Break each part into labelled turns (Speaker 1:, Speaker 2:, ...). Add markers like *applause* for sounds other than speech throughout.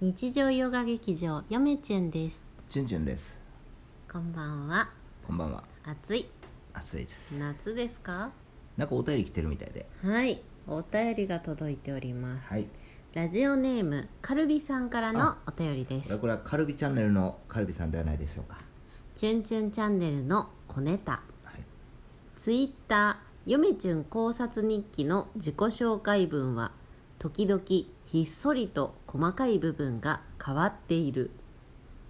Speaker 1: 日常ヨガ劇場よめちゅんです
Speaker 2: チュンチュンです。
Speaker 1: こんばんは
Speaker 2: こんばんは。
Speaker 1: 暑い
Speaker 2: 暑いです。
Speaker 1: 夏ですか
Speaker 2: なんかお便り来てるみたいで。
Speaker 1: はいお便りが届いております、
Speaker 2: はい。
Speaker 1: ラジオネームカルビさんからの
Speaker 2: あ
Speaker 1: お便りで
Speaker 2: これ
Speaker 1: す
Speaker 2: これはカルビチャンネルのカルビさんではないでしょうか。
Speaker 1: チュンチュンチャンネルの小ネタ
Speaker 2: はい。
Speaker 1: ツイッターよめちゅん考察日記の自己紹介文は時々ひっそりと細かい部分が変わっている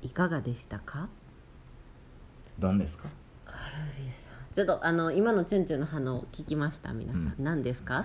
Speaker 1: いかがでしたか
Speaker 2: 何ですか。
Speaker 1: カルビさんちょっとあの今のチュンチュンの反応聞きました皆さん、
Speaker 2: う
Speaker 1: 何ですか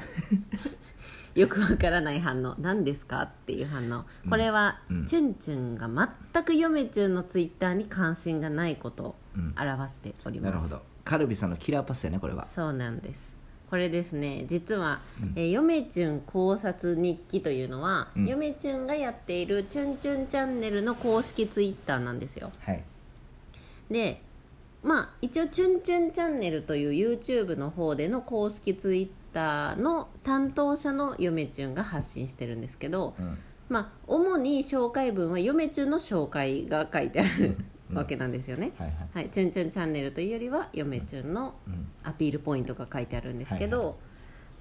Speaker 1: *laughs* よくわからない反応何ですかっていう反応これは、
Speaker 2: うん
Speaker 1: チュンチュンが全くヨメチュンのツイッターに関心がないことを
Speaker 2: うん。
Speaker 1: 表しております
Speaker 2: なるほど。カルビさんのキラーパスやね、これは。
Speaker 1: そうなんですこれですね実は、
Speaker 2: うん
Speaker 1: えーヨメチュン考察日記というのは、
Speaker 2: うん
Speaker 1: ヨメチュンがやっているチュンチュンチャンネルの公式ツイッターなんですよ
Speaker 2: はい。
Speaker 1: でまあ一応「チュンチュンチャンネル」という YouTube の方での公式ツイッターの担当者のヨメチュンが発信してるんですけど、
Speaker 2: うん。
Speaker 1: まあ主に紹介文はヨメチュンの紹介が書いてある
Speaker 2: うん
Speaker 1: わけなんですよね、
Speaker 2: はいはい。
Speaker 1: はい「チュンチュンチャンネル」というよりはヨメチュンの
Speaker 2: うん。
Speaker 1: アピールポイントが書いてあるんですけど、
Speaker 2: はいは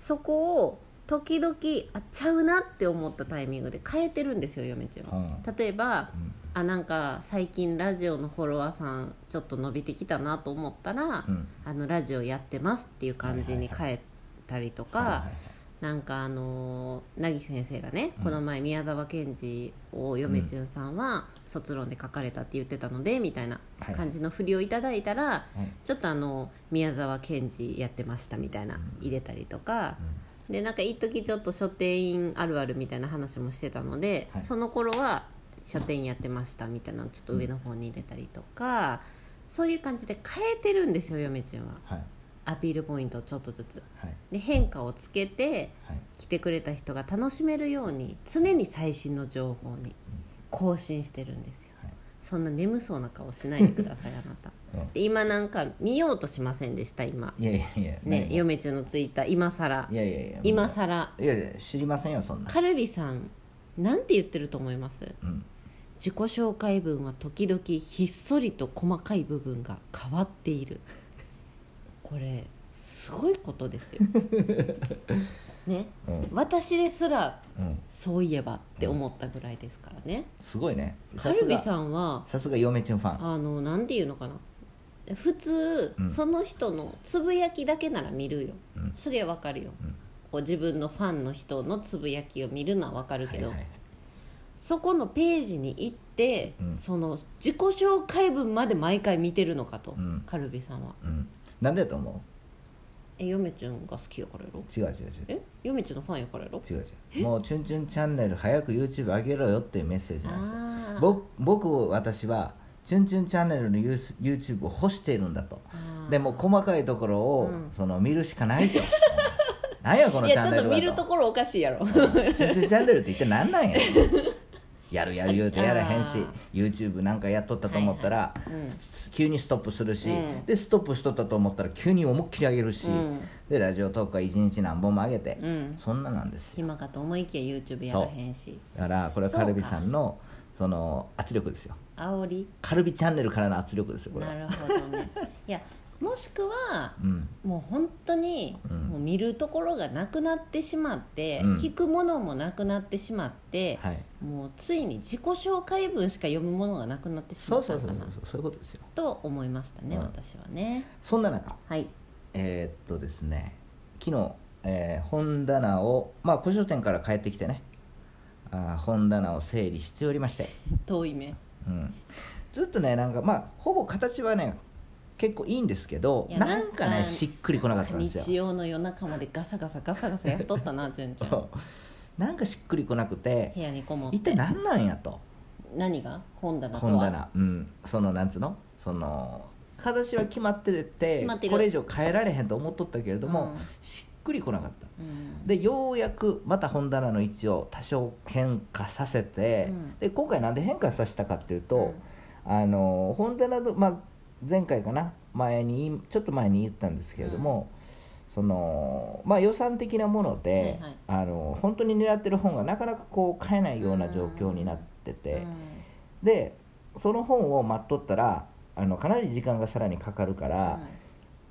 Speaker 1: そこを時々あちゃうなって思ったタイミングで変えてるんですよヨメチュンは、
Speaker 2: うん
Speaker 1: 例えば
Speaker 2: うん。
Speaker 1: あなんか最近ラジオのフォロワーさんちょっと伸びてきたなと思ったら、
Speaker 2: うん。
Speaker 1: あのラジオやってますっていう感じに変えたりとか、
Speaker 2: はいはいはい
Speaker 1: なんかあのー凪先生がね、
Speaker 2: うん
Speaker 1: この前宮沢賢治を嫁チュンさんは卒論で書かれたって言ってたのでみたいな
Speaker 2: はい
Speaker 1: 感じの振りをいただいたら、
Speaker 2: はい。
Speaker 1: ちょっとあの宮沢賢治やってましたみたいな
Speaker 2: うん
Speaker 1: 入れたりとか、でなんか一時ちょっと書店員あるあるみたいな話もしてたので、
Speaker 2: はい
Speaker 1: その頃は書店員やってましたみたいなのをちょっと上の方に入れたりとか、そういう感じで変えてるんですよ嫁ちゃんは
Speaker 2: はい。
Speaker 1: アピールポイントをちょっとずつ
Speaker 2: はい。
Speaker 1: で変化をつけて
Speaker 2: はい。
Speaker 1: 来てくれた人が楽しめるように常に最新の情報に更新してるんですよ、
Speaker 2: はい
Speaker 1: そんな眠そうな顔しないでくださいあなた
Speaker 2: *laughs* うん
Speaker 1: で今なんか見ようとしませんでした今
Speaker 2: いやいやいや。
Speaker 1: ね
Speaker 2: 何も
Speaker 1: 嫁ちゃんのツイッター今さら
Speaker 2: いやいやいや。
Speaker 1: 今さら
Speaker 2: いやいや、知りませんよ、そんな。
Speaker 1: カルビさんなんて言ってると思います
Speaker 2: うん。
Speaker 1: 自己紹介文は時々ひっそりと細かい部分が変わっているこれすごいことです
Speaker 2: *laughs*
Speaker 1: よね
Speaker 2: うん。
Speaker 1: 私ですら
Speaker 2: うん。
Speaker 1: そういえばって思ったぐらいですからね、
Speaker 2: すごいね。
Speaker 1: カルビさんは
Speaker 2: さすが嫁チュンファン。
Speaker 1: あのなんて言うのかな普通、
Speaker 2: うん
Speaker 1: その人のつぶやきだけなら見るよ
Speaker 2: うん。
Speaker 1: それはわかるよ、
Speaker 2: うん
Speaker 1: こう自分のファンの人のつぶやきを見るのはわかるけど、
Speaker 2: はいはい
Speaker 1: そこのページに行って、
Speaker 2: うん
Speaker 1: その自己紹介文まで毎回見てるのかと、
Speaker 2: うん
Speaker 1: カルビさんは
Speaker 2: うん。なんでやと思う。
Speaker 1: え嫁ちゃんが好きやからやろ
Speaker 2: 違う違う違う
Speaker 1: え嫁ちゃんのファンやからやろ
Speaker 2: 違う違うもう「チュンチュンチャンネル早く YouTube 上げろよ」っていうメッセージなんですよ
Speaker 1: あー
Speaker 2: 僕僕私は「チュンチュンチャンネル」のユース YouTube を欲しているんだと
Speaker 1: あー
Speaker 2: でもう細かいところを、
Speaker 1: うん
Speaker 2: その見るしかないと *laughs* 何やこの
Speaker 1: い
Speaker 2: チ
Speaker 1: や
Speaker 2: ャン
Speaker 1: ちょ
Speaker 2: ネ
Speaker 1: っと
Speaker 2: ルは
Speaker 1: 見るところおかしいやろ
Speaker 2: うんチュンチュンチャンネルって一体何なんや
Speaker 1: *laughs*
Speaker 2: やるやる言うてやらへんし
Speaker 1: あ
Speaker 2: YouTube なんかやっとったと思ったら、
Speaker 1: はいはいうん
Speaker 2: す急にストップするし、
Speaker 1: うん
Speaker 2: でストップしとったと思ったら急に思いっきり上げるし、
Speaker 1: うん
Speaker 2: でラジオトークは一日何本も上げて、
Speaker 1: うん
Speaker 2: そんななんですよ
Speaker 1: 暇かと思いきや YouTube やらへんし
Speaker 2: だからこれはカルビさんのその圧力ですよ
Speaker 1: 煽り
Speaker 2: カルビチャンネルからの圧力ですよこれは
Speaker 1: なるほどねいやもしくは
Speaker 2: うん
Speaker 1: もう本当に、
Speaker 2: うん
Speaker 1: もう見るところがなくなってしまって、
Speaker 2: うん
Speaker 1: 聞くものもなくなってしまって、
Speaker 2: はい
Speaker 1: もうついに自己紹介文しか読むものがなくなってしま
Speaker 2: そう
Speaker 1: った
Speaker 2: そ
Speaker 1: の
Speaker 2: う
Speaker 1: か
Speaker 2: そうそう
Speaker 1: な
Speaker 2: そういうことですよ
Speaker 1: と思いましたね、
Speaker 2: うん
Speaker 1: 私はね
Speaker 2: そんな中
Speaker 1: はい
Speaker 2: えーっとですね昨日、えー本棚をまあ古書店から帰ってきてねあー本棚を整理しておりまして、
Speaker 1: 遠い目
Speaker 2: うん、ずっとねなんかまあほぼ形はね結構いいんですけど
Speaker 1: いや
Speaker 2: なんか
Speaker 1: なん
Speaker 2: ね
Speaker 1: か
Speaker 2: しっくりこなかったんですよ
Speaker 1: 日曜の夜中までガサガサガサガサやっとったな純ちゃん
Speaker 2: そうなんかしっくりこなくて
Speaker 1: 部屋にこもっ
Speaker 2: 一体
Speaker 1: て
Speaker 2: 何なんやと
Speaker 1: 何が本棚とは
Speaker 2: 本棚うんそのなんつうのその形は決まってて
Speaker 1: 決まってる
Speaker 2: これ以上変えられへんと思っとったけれども、しっくりこなかった
Speaker 1: うん、うん
Speaker 2: でようやくまた本棚の位置を多少変化させて、
Speaker 1: うん
Speaker 2: で今回なんで変化させたかっていうと、あの本棚の、まあ、前回かな前にちょっと前に言ったんですけれども、そのまあ、予算的なもので、
Speaker 1: はいはい
Speaker 2: あの本当に狙ってる本がなかなかこう買えないような状況になっってて、でその本を待っとったらあのかなり時間がさらにかかるから、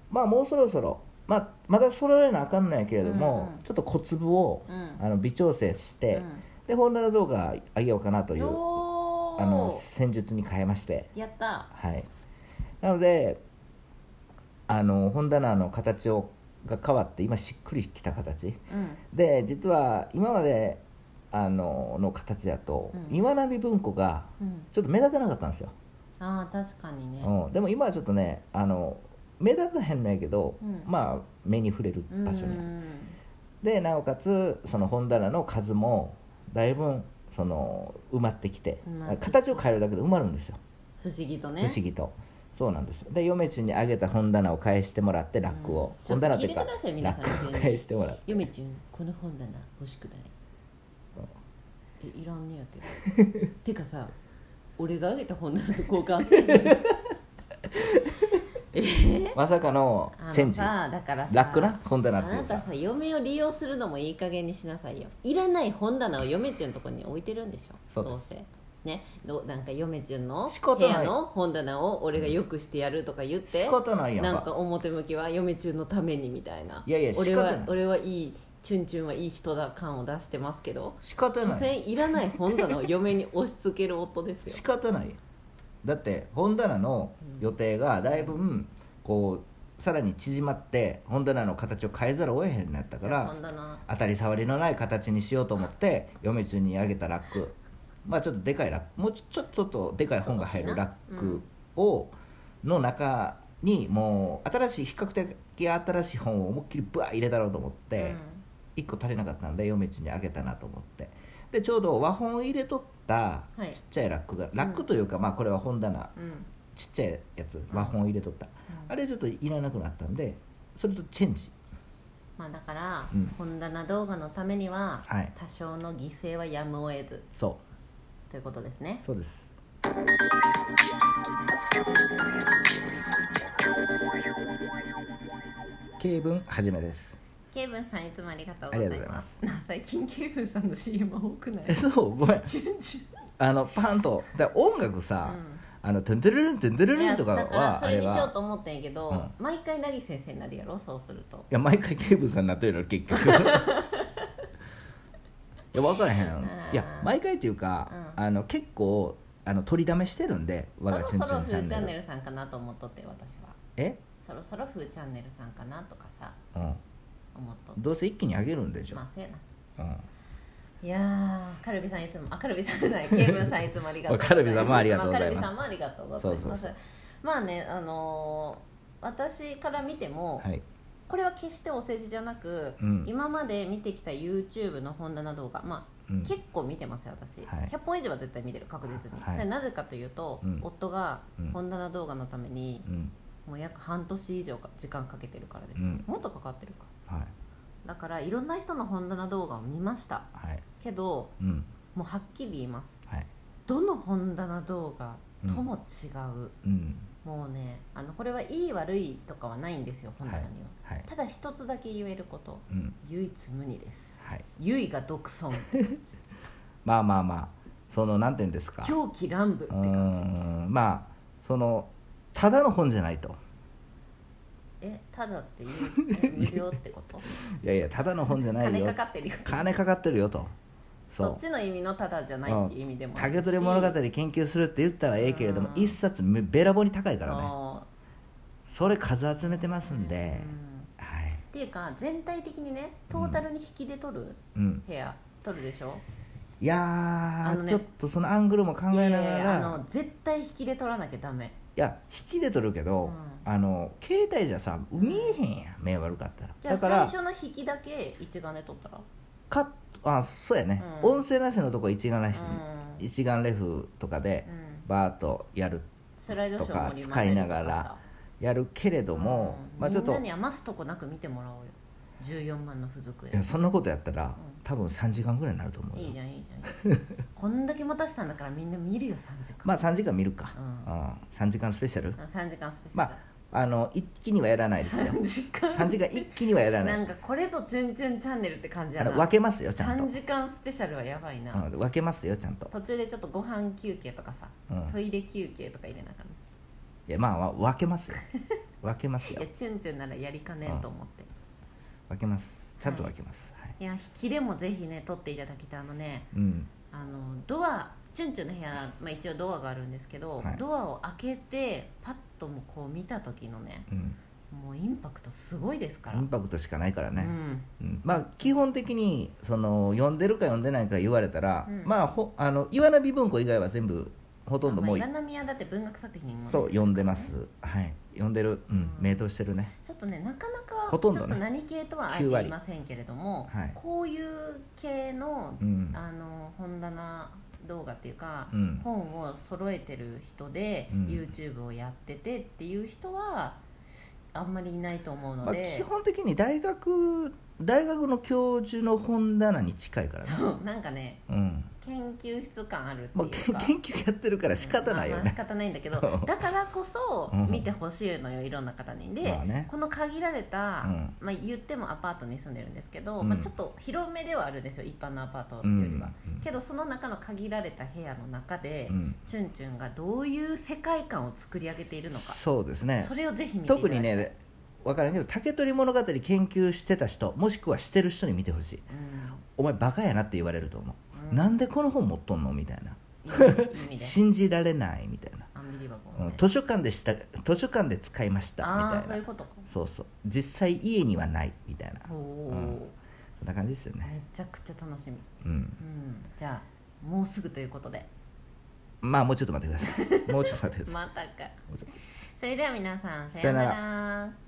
Speaker 2: まあもうそろそろ、まあ、まだ揃えなあかんのやけれども、
Speaker 1: うんうん
Speaker 2: ちょっと小粒をあの微調整して、で本棚動画あげようかなという
Speaker 1: お
Speaker 2: あの戦術に変えまして
Speaker 1: やった
Speaker 2: はいなのであの本棚の形をが変わって今しっくりきた形
Speaker 1: うん
Speaker 2: で実は今まであのの形だと、
Speaker 1: うん
Speaker 2: 岩波文庫が
Speaker 1: うん
Speaker 2: ちょっと目立たなかったんですよ、
Speaker 1: ああ確かにね
Speaker 2: うん、でも今はちょっとねあの目立たへんのやけど、
Speaker 1: うん
Speaker 2: まあ目に触れる場所にあ
Speaker 1: う
Speaker 2: る、
Speaker 1: ん
Speaker 2: でなおかつその本棚の数もだいぶその埋まってきて
Speaker 1: 埋まってきた
Speaker 2: 形を変えるだけで埋まるんですよ
Speaker 1: 不思議と
Speaker 2: 不
Speaker 1: ね
Speaker 2: 思議とそうなんですで嫁中にあげた本棚を返してもらってラックを、
Speaker 1: うん
Speaker 2: 本棚っていう
Speaker 1: ちょっと聞いてください
Speaker 2: ラ
Speaker 1: 皆さん
Speaker 2: ックを返してもらって
Speaker 3: ゆめちゅんこの本棚欲しくない
Speaker 1: えいらんねやけど
Speaker 3: *laughs* てかさ俺があげた本棚と交換す
Speaker 2: *laughs*
Speaker 3: る
Speaker 2: まさかの
Speaker 1: あの
Speaker 2: チェンジラ
Speaker 1: さだからさ
Speaker 2: ックな本
Speaker 1: あ
Speaker 2: 棚ってい
Speaker 1: な
Speaker 2: うか
Speaker 1: たさ嫁を利用するのもいい加減にしなさいよ
Speaker 3: いらない本棚を嫁ちゅんのとこに置いてるんでしょ
Speaker 2: そう
Speaker 3: ど
Speaker 2: で
Speaker 3: う
Speaker 2: す
Speaker 3: せねどうなんか嫁ちゅんの
Speaker 2: 仕方
Speaker 3: 部
Speaker 2: ない
Speaker 3: 屋の本棚を俺がよくしてやるとか言って
Speaker 2: 仕方ないやんか
Speaker 3: なんか表向きは嫁チュンのためにみたいない
Speaker 2: やいや
Speaker 3: 俺
Speaker 2: 仕方な
Speaker 3: はい俺はいいチュンチュンはいい人だ感を出してますけど
Speaker 2: 仕方
Speaker 3: 所
Speaker 2: ない
Speaker 3: 詮いらない本棚を嫁に押し付ける夫ですよ
Speaker 2: 仕方ないよだって本棚の予定がだいぶこうさらに縮まって本棚の形を変えざるを得へんなったから
Speaker 1: 本棚
Speaker 2: 当たり障りのない形にしようと思って嫁中にあげたラックまあちょっとでかいラックもうちょちょちょっとでかい本が入るラックを、の中にもう新しい比較的新しい本を思いっきりブワー入れたろうと思って、1個足りなかったんで嫁中にあげたなと思ってでちょうど和本を入れとった
Speaker 1: はい
Speaker 2: ちっちゃいラックが、ラックというかまあこれは本棚
Speaker 1: うんうん
Speaker 2: ちっちゃいやつ和本を入れとった、あれちょっといらなくなったんでそれとチェンジ
Speaker 1: まあだから、
Speaker 2: うん
Speaker 1: 本棚動画のためには
Speaker 2: はい
Speaker 1: 多少の犠牲はやむを得ず
Speaker 2: そう
Speaker 1: ということですね
Speaker 2: そうです経文はじめです
Speaker 1: ケイブンさんいつもありがとうご
Speaker 2: あ
Speaker 1: ざい
Speaker 2: りがとうござい
Speaker 1: ま
Speaker 2: ますす
Speaker 1: なあ最近ケイブンさんの CM 多くない
Speaker 2: えそうごめん
Speaker 1: チュンチュン
Speaker 2: あのパンとだから音楽さ、あのトゥントゥルルントゥントゥル
Speaker 1: い
Speaker 2: ル
Speaker 1: や
Speaker 2: ンとか
Speaker 1: だから
Speaker 2: は
Speaker 1: そ
Speaker 2: あ
Speaker 1: れ
Speaker 2: れ
Speaker 1: にしよう
Speaker 2: は
Speaker 1: と思ったんやけど、
Speaker 2: うん
Speaker 1: 毎回なぎ先生になるやろそうすると
Speaker 2: いや毎回ケーブルさんになってるよ結
Speaker 1: *laughs*
Speaker 2: 局いや分からへんいや毎回っていうか、
Speaker 1: うん
Speaker 2: あの結構あの取りだめしてるんで
Speaker 1: そ
Speaker 2: 我が
Speaker 1: ろ
Speaker 2: チ
Speaker 1: そ
Speaker 2: ュン
Speaker 1: ろ
Speaker 2: チュ
Speaker 1: フ
Speaker 2: ンチャ
Speaker 1: ーチャン
Speaker 2: ン
Speaker 1: ネ
Speaker 2: ネル
Speaker 1: ルさんかなと思っとって私は
Speaker 2: え、
Speaker 1: そろそろフーチャンネルさんかなとかさ
Speaker 2: うん、
Speaker 1: 思っとっ
Speaker 2: どうせ一気に上げるんでしてょ、
Speaker 1: まあせやな
Speaker 2: うん
Speaker 1: いやーカルビさんいつもあカルビさんじゃないケイブンさんいつもありがとうございます
Speaker 2: カルビさんもありがとうござい
Speaker 1: あカ
Speaker 2: ます
Speaker 1: ルビさんもありがとうございます
Speaker 2: そうそうそ
Speaker 1: まあねあのー私から見ても、
Speaker 2: はい
Speaker 1: これは決してお世辞じゃなく、
Speaker 2: うん
Speaker 1: 今まで見てきた YouTube の本棚動画まあ
Speaker 2: うん
Speaker 1: 結構見てますよ私、
Speaker 2: はい
Speaker 1: 100本以上は絶対見てる確実に、
Speaker 2: はい
Speaker 1: それなぜかというと、
Speaker 2: うん
Speaker 1: 夫が
Speaker 2: うん
Speaker 1: 本棚動画のために
Speaker 2: うん
Speaker 1: もう約半年以上か時間かけてるからです、
Speaker 2: うん
Speaker 1: もっとかかってるか
Speaker 2: はい
Speaker 1: だからいろんな人の本棚動画を見ました
Speaker 2: はい
Speaker 1: けど
Speaker 2: うん
Speaker 1: もうはっきり言います
Speaker 2: はい
Speaker 1: どの本棚動画とも違う、
Speaker 2: うん
Speaker 1: もうねあのこれはいい悪いとかはないんですよ本棚には、
Speaker 2: はい
Speaker 1: ただ一つだけ言えること
Speaker 2: うん
Speaker 1: 唯一無二です
Speaker 2: はい
Speaker 1: ゆいが独尊
Speaker 2: *laughs* まあまあまあそのなんていうんですか
Speaker 1: 狂気乱舞って
Speaker 2: う
Speaker 1: 感じ
Speaker 2: ーんまあそのただの本じゃないと
Speaker 1: えただっていうえ無料ってこと
Speaker 2: いやいやただの本じゃ *laughs* ない
Speaker 1: 金
Speaker 2: よ
Speaker 1: かかってるよ
Speaker 2: 金かかってるよと
Speaker 1: そ
Speaker 2: そう
Speaker 1: っちの意味のただじゃないっていう意味でもあるし
Speaker 2: 竹取物語研究するって言ったらええけれども
Speaker 1: うん
Speaker 2: 一冊めべらぼうに高いからね
Speaker 1: そ
Speaker 2: それ数集めてます
Speaker 1: うん
Speaker 2: で
Speaker 1: うん
Speaker 2: はい
Speaker 1: っていうか全体的にねトータルに引きで取る
Speaker 2: うん
Speaker 1: 部屋取るでしょ
Speaker 2: いや
Speaker 1: あの
Speaker 2: ー
Speaker 1: ね
Speaker 2: ちょっとそのアングルも考
Speaker 1: いや
Speaker 2: え
Speaker 1: い
Speaker 2: な
Speaker 1: やい
Speaker 2: が
Speaker 1: やあ
Speaker 2: ら
Speaker 1: の絶対引きで取らなきゃダメ
Speaker 2: いや引きで取るけど
Speaker 1: う
Speaker 2: あの携帯じゃさ見えへんやん目悪かったら
Speaker 1: じゃあ
Speaker 2: だか
Speaker 1: 最
Speaker 2: ら
Speaker 1: 初の引きだけ一眼で取ったら
Speaker 2: カットあそうやね、
Speaker 1: うん
Speaker 2: 音声なしのとこ一眼なし、
Speaker 1: うん
Speaker 2: 一眼レフとかで
Speaker 1: うん
Speaker 2: バーッとやる
Speaker 1: スライドショーも
Speaker 2: とか使いながらやるけれども、まあちょっ
Speaker 1: み
Speaker 2: と
Speaker 1: んなに余すとこなく見てもらおうよ14万の付属
Speaker 2: い
Speaker 1: へ
Speaker 2: やそんなことやったら、
Speaker 1: ん
Speaker 2: 多分3時間ぐらいになると思うよ
Speaker 1: いいじゃんいいじゃん *laughs* こんだけ待たしたんだからみんな見るよ3時間、
Speaker 2: まあ3時間見るか、
Speaker 1: うん
Speaker 2: うん3時間スペシャル
Speaker 1: 3時間スペシャル、
Speaker 2: まああの一気にはやらないですよ
Speaker 1: 3時間
Speaker 2: 3時間一気にはやらな
Speaker 1: ないんかこれぞ「チュンチュンチャンネル」って感じ
Speaker 2: あ
Speaker 1: やな
Speaker 2: の分けますよちゃんと
Speaker 1: 3時間スペシャルはやばいな、
Speaker 2: うん分けますよちゃんと、
Speaker 1: 途中でちょっとご飯休憩とかさ
Speaker 2: うん、
Speaker 1: トイレ休憩とか入れなあかんね
Speaker 2: いやまあわ分
Speaker 1: *laughs*
Speaker 2: けますよ分けます
Speaker 1: い
Speaker 2: よ
Speaker 1: やチュンチュンならやりかねんと思って、
Speaker 2: 分けますちゃんと分けます、はい
Speaker 1: いや引きでもぜひね撮っていただきたいあのね
Speaker 2: うん
Speaker 1: あのドアチュンチュンの部屋、まあ、一応ドアがあるんですけど、
Speaker 2: はい
Speaker 1: ドアを開けてパッともうこう見た時のね
Speaker 2: うん、
Speaker 1: もうインパクトすごいですから
Speaker 2: インパクトしかないからね
Speaker 1: う、ん
Speaker 2: うんまあ基本的にその読んでるか読んでないか言われたら、
Speaker 1: うん
Speaker 2: まあほあの岩波文庫以外は全部ほとんどもう、
Speaker 1: まあ、岩波はだって文学作品もね
Speaker 2: そう読んでます、はい読んでるうん、
Speaker 1: うん
Speaker 2: 名刀してるね
Speaker 1: ちょっとねなかなか
Speaker 2: ほとんどね
Speaker 1: ちょっと何系とはあえて
Speaker 2: 9
Speaker 1: 言
Speaker 2: 割
Speaker 1: いませんけれども、
Speaker 2: はい
Speaker 1: こういう系の
Speaker 2: うん
Speaker 1: あの本棚動画っていうか、
Speaker 2: うん
Speaker 1: 本を揃えてる人で、
Speaker 2: うん
Speaker 1: YouTube をやっててっていう人はあんまりいないと思うの
Speaker 2: まあ、
Speaker 1: で
Speaker 2: 基、本的に大学大学の教授の本棚に近いからね
Speaker 1: そうなんかね
Speaker 2: うん
Speaker 1: 研究室感あるって
Speaker 2: も
Speaker 1: いううか
Speaker 2: け、 *laughs* 研究やってるから仕方ないよ
Speaker 1: まあまあ
Speaker 2: ね
Speaker 1: 仕、方ないんだけどだからこそ
Speaker 2: うん
Speaker 1: 見てほしいのよいろんな方にで、
Speaker 2: まあね
Speaker 1: この限られた、
Speaker 2: うん
Speaker 1: まあ、言ってもアパートに住んでるんですけど、
Speaker 2: うん
Speaker 1: まあ、ちょっと広めではあるんですよ一般のアパートよ
Speaker 2: うん
Speaker 1: りは、けどその中の限られた部屋の中で、
Speaker 2: うん
Speaker 1: チュンチュンがどういう世界観を作り上げているのか、
Speaker 2: そうですね
Speaker 1: それをぜひ見ていただき
Speaker 2: 特
Speaker 1: たい
Speaker 2: に、ね分からんけど竹取物語研究してた人もしくはしてる人に見てほしいお前バカやなって言われると思
Speaker 1: うん
Speaker 2: う、なんでこの本持っとんのみたいない
Speaker 1: い意
Speaker 2: *laughs*
Speaker 1: 味で
Speaker 2: 信じられないみたいな、
Speaker 1: アンビリバボ
Speaker 2: う
Speaker 1: ー、
Speaker 2: ん
Speaker 1: ね
Speaker 2: 図書館でした図書館で使いました
Speaker 1: あ
Speaker 2: み
Speaker 1: あ
Speaker 2: た
Speaker 1: そうい
Speaker 2: い
Speaker 1: う
Speaker 2: な
Speaker 1: ことか
Speaker 2: そうそう実際家にはないみたいな
Speaker 1: おお、
Speaker 2: うんそんな感じですよね
Speaker 1: めちゃくちゃ楽しみ、
Speaker 2: うん
Speaker 1: うん、じゃあもうすぐということで
Speaker 2: ま
Speaker 1: *laughs*
Speaker 2: あもうちょっと待ってくださいもうちょっと待ってください
Speaker 1: またか
Speaker 2: もうちょっと
Speaker 1: それでは皆さん
Speaker 2: さよなら
Speaker 1: ら